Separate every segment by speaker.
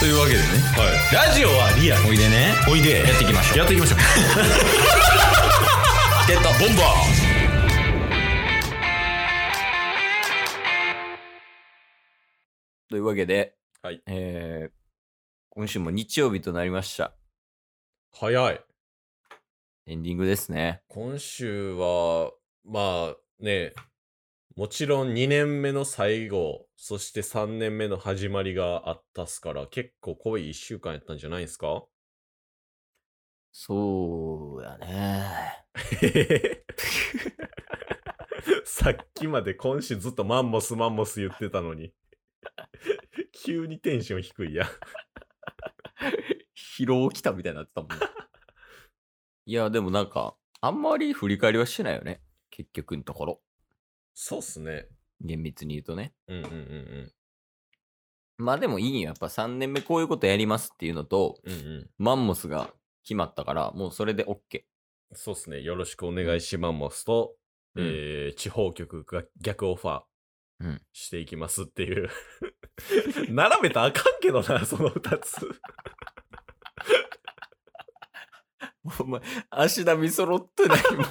Speaker 1: というわけでね
Speaker 2: はい。ラジオはリアル。
Speaker 1: おいでね
Speaker 2: おいで。
Speaker 1: やっていきましょう
Speaker 2: やっていきましょう。
Speaker 1: ゲットボンバーというわけで、
Speaker 2: はい
Speaker 1: えー今週も日曜日となりました
Speaker 2: 早い。
Speaker 1: エンディングですね
Speaker 2: 今週は、まあね、もちろん2年目の最後、そして3年目の始まりがあったっすから、結構濃い1週間やったんじゃないです か
Speaker 1: そうやね
Speaker 2: さっきまで今週ずっとマンモスマンモス言ってたのに。 急にテンション低いや。
Speaker 1: 疲労きたみたいになってたもん いやでもなんかあんまり振り返りはしてないよね結局のところ
Speaker 2: そうっすね。
Speaker 1: 厳密に言うとね
Speaker 2: うんうんうん
Speaker 1: まあでもいいんよやっぱ3年目こういうことやりますっていうのと
Speaker 2: うん。うんうん。
Speaker 1: マンモスが決まったからもうそれで OK
Speaker 2: そうっすね。よろしくお願いしますと、
Speaker 1: うん
Speaker 2: えー地方局が逆オファ
Speaker 1: う
Speaker 2: ー
Speaker 1: ん
Speaker 2: していきますっていう。 並べたらあかんけどな、 その2つ。
Speaker 1: お前、足並み揃ってないもん。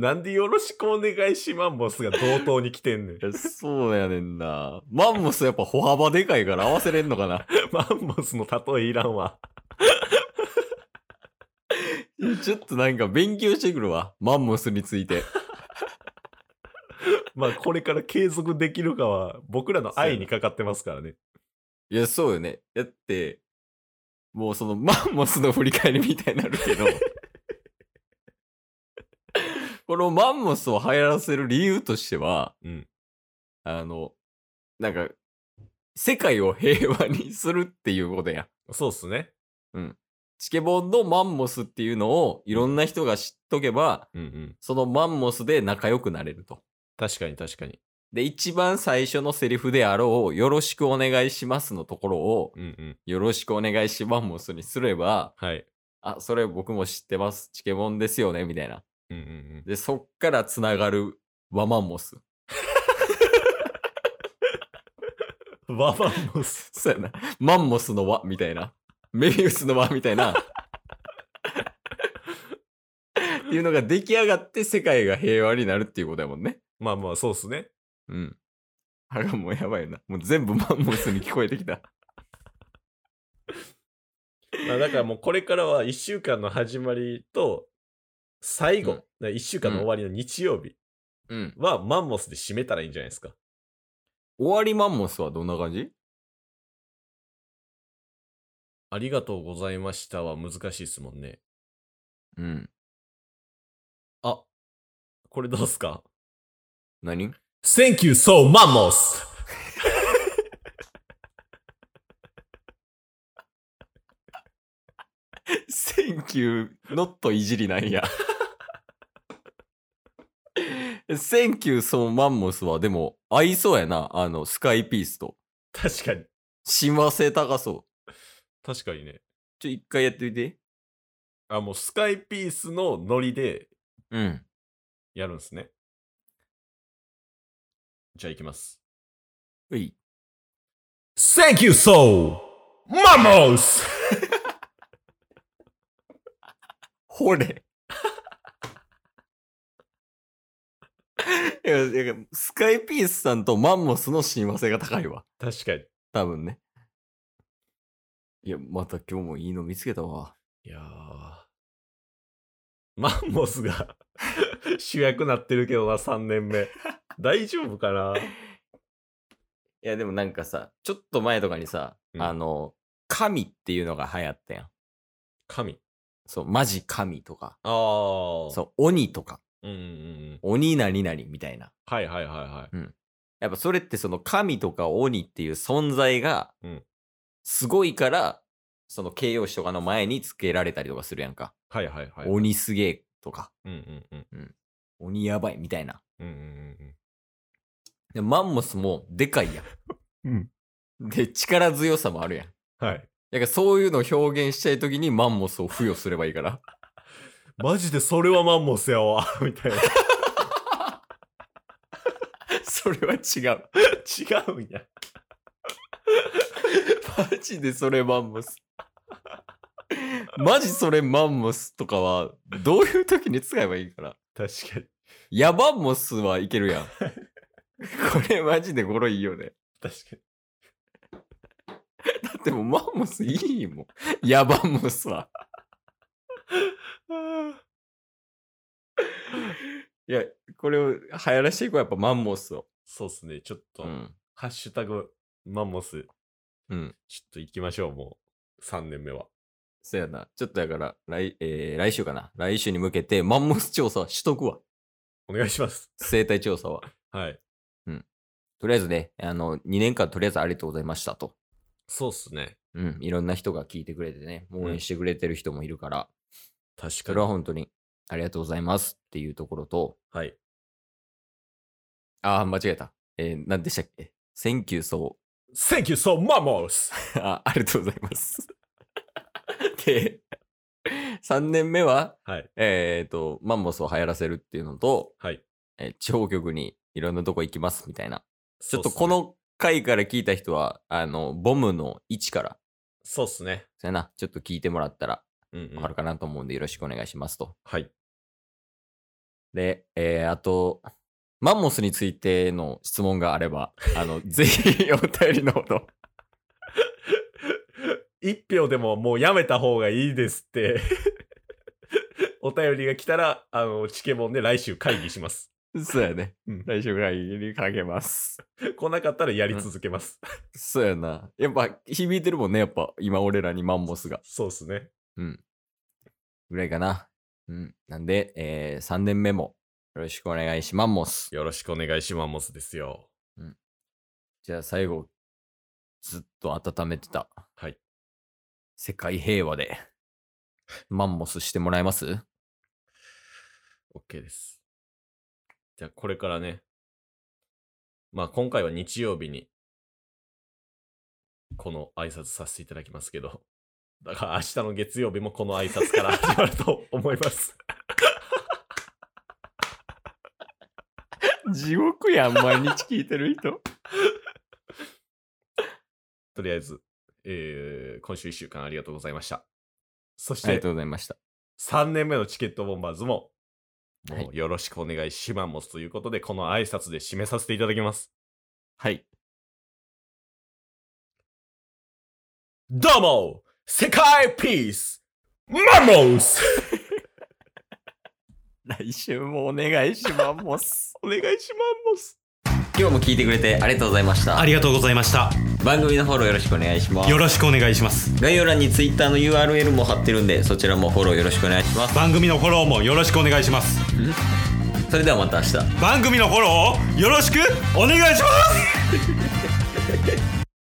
Speaker 2: なんでよろしくお願いしマンモスが同等に来てんねん。
Speaker 1: いやそうやねんな。マンモスやっぱ歩幅でかいから合わせれんのかな。
Speaker 2: マンモスの例えいらんわ。
Speaker 1: ちょっとなんか勉強してくるわ。マンモスについて。
Speaker 2: まあ、これから継続できるかは、僕らの愛にかかってますからね。
Speaker 1: いや、そうよね。だって、もうそのマンモスの振り返りみたいになる けど、このマンモスを流行らせる理由としては、
Speaker 2: うん
Speaker 1: あの、なんか、世界を平和にするっていうことや。
Speaker 2: そうっすね。
Speaker 1: チケボンのマンモスっていうのをいろんな人が知っとけば、
Speaker 2: うんうん。
Speaker 1: そのマンモスで仲良くなれると。
Speaker 2: 確かに確かに。
Speaker 1: で、一番最初のセリフであろう、よろしくお願いしますのところを、
Speaker 2: うんうん。
Speaker 1: よろしくお願いしマンモスにすれば、
Speaker 2: はい。
Speaker 1: あ、それ僕も知ってます。チケボンですよね、みたいな。
Speaker 2: うんうんうん。
Speaker 1: で、そっからつながる和マンモス。
Speaker 2: ワマンモス。
Speaker 1: そうやな。マンモスの輪みたいな。メビウスの輪みたいな。っていうのが出来上がって世界が平和になるっていうことやもんね。
Speaker 2: まあまあ、そうっすね。
Speaker 1: うん。あれはもうやばいな。もう全部マンモスに聞こえてきた。
Speaker 2: まあ、だからもうこれからは1週間の始まりと最後、
Speaker 1: うん
Speaker 2: だ1週間の終わりの日曜日
Speaker 1: うん。
Speaker 2: はマンモスで締めたらいいんじゃないですか。
Speaker 1: 終わりマンモスはどんな感じ
Speaker 2: ありがとうございましたは難しいですもんね。
Speaker 1: うん。
Speaker 2: あ、これどうっすか
Speaker 1: 何
Speaker 2: ?Thank you so much!
Speaker 1: センキューノットいじりなんや。 センキューそのマンモスはでも合いそうやな。あの、スカイピースと。
Speaker 2: 確かに。
Speaker 1: 親和性高そう。
Speaker 2: 確かにね。
Speaker 1: ちょ、一回やってみて。
Speaker 2: あ、もうスカイピースのノリで
Speaker 1: うん。
Speaker 2: やるんすね。じゃあいきます。
Speaker 1: うい。
Speaker 2: Thank you so much!
Speaker 1: ほれ。 いや、いやスカイピースさんとマンモスの親和性が高いわ。
Speaker 2: 確かに。
Speaker 1: 多分ね。いや、また今日もいいの見つけたわ。
Speaker 2: いやー、 マンモスが 主役なってるけどな、3年目。大丈夫かない
Speaker 1: や、でもなんかさ、ちょっと前とかにさ、
Speaker 2: うん
Speaker 1: あの、神っていうのが流行ったやん。
Speaker 2: 神。
Speaker 1: そう、マジ神とか、
Speaker 2: ああ。
Speaker 1: そう、鬼とか、
Speaker 2: う。うんうんうん。
Speaker 1: 鬼何々みたいな。
Speaker 2: はいはいはいは
Speaker 1: やっぱそれってその神とか鬼っていう存在が
Speaker 2: うん、
Speaker 1: すごいから、その形容詞とかの前につけられたりとかするやんか。
Speaker 2: い。はいはいはい。うん
Speaker 1: 鬼すげえとか、
Speaker 2: うんうん。
Speaker 1: 鬼やばいみたいな。
Speaker 2: うんうんうん
Speaker 1: でマンモスもでかいや
Speaker 2: うん。
Speaker 1: ん。で、力強さもあるやん。
Speaker 2: はい。
Speaker 1: だからそういうのを表現したいときにマンモスを付与すればいいから。
Speaker 2: マジでそれはマンモスやわ。 みたいな。
Speaker 1: それは違う。
Speaker 2: 違うんや。
Speaker 1: マジでそれマンモス。マジそれマンモスとかは、どういう時に使えばいいかな。
Speaker 2: 確かに。
Speaker 1: ヤバンモスはいけるやん。これマジで語呂いいよね。
Speaker 2: 確かに。
Speaker 1: だってもうマンモスいいもん。ヤバンモスは。いや、これを流行らしていこう、やっぱマンモスを。
Speaker 2: そうっすね。ちょっと、
Speaker 1: うん。
Speaker 2: ハッシュタグ、マンモス、
Speaker 1: うん。
Speaker 2: ちょっと行きましょう、もう。3年目は。
Speaker 1: そうやな。ちょっとだから、来、えー来週かな。来週に向けてマンモス調査はしとくわ。
Speaker 2: お願いします。
Speaker 1: 生態調査は。
Speaker 2: はい。
Speaker 1: とりあえずね、あの、2年間とりあえずありがとうございましたと。
Speaker 2: そうっすね。
Speaker 1: うん。いろんな人が聞いてくれてね、応援してくれてる人もいるから、
Speaker 2: 確か
Speaker 1: そ
Speaker 2: に
Speaker 1: れ。は本当にありがとうございますっていうところと、
Speaker 2: はい。
Speaker 1: ああ、間違えた。えー、何でしたっけ ?Thank you so.
Speaker 2: Thank you so much!
Speaker 1: あありがとうございます。 で、3年目は、
Speaker 2: はい。
Speaker 1: えっ、と、マンモスを流行らせるっていうのと、
Speaker 2: はい。
Speaker 1: えー地方局にいろんなとこ行きますみたいな。ち
Speaker 2: ち
Speaker 1: ょっとこ、の回から聞いた人は、あの、ボムの位置から、
Speaker 2: そうっすね。
Speaker 1: そうやな、ちょっと聞いてもらったら
Speaker 2: うん、うん。
Speaker 1: わかるかなと思うんで、よろしくお願いしますと。
Speaker 2: はい。
Speaker 1: で、えーあと、マンモスについての質問があ れば、あの、ぜひお便りのほど。
Speaker 2: 一票でももうやめた方がいいですって。 お便りが来たら、あの、チケモンで来週会議します。
Speaker 1: そうやね。
Speaker 2: うん
Speaker 1: 来週ぐらいにかけます。
Speaker 2: 来なかったらやり続けます。
Speaker 1: そうやな。やっぱ響いてるもんね、やっぱ今俺らにマンモスが。
Speaker 2: そうっすね。
Speaker 1: ぐらいかな。うん。なんで、えー、3年目もよろしくお願いしマンモス。
Speaker 2: よろしくお願いします、モスですよ。
Speaker 1: じゃあ最後、ずっと温めてた。
Speaker 2: はい。
Speaker 1: 世界平和で、マンモスしてもらえます
Speaker 2: OK です。じゃあ、これからね。まあ、今回は日曜日に、この挨拶させていただきますけど、 だから明日の月曜日もこの挨拶から始まると思います。
Speaker 1: 地獄やん、毎日聞いてる人。
Speaker 2: とりあえず、えー今週1週間ありがとうございました。そし
Speaker 1: あり
Speaker 2: て
Speaker 1: がと、うございました。
Speaker 2: 3年目のチケットボンバーズも、
Speaker 1: は
Speaker 2: も
Speaker 1: いう
Speaker 2: よろしくお願いしますということで、この挨拶で締めさせていただきます。
Speaker 1: はい。
Speaker 2: どうも世界ピースマンモス
Speaker 1: 来週もお願いします。
Speaker 2: お願いします
Speaker 1: 今日も聞いてくれてありがとうございました
Speaker 3: あ。りがとうございました。
Speaker 1: 番組のフォローよろしくお願いします
Speaker 3: よ。ろしくお願いします。
Speaker 1: 概要欄に Twitter の URL も貼ってるんで、そちらもフォローよろしくお願いします。
Speaker 3: 番組のフォローもよろしくお願いします。
Speaker 1: それではまた明日。
Speaker 3: 番組のフォローをよろしくお願いします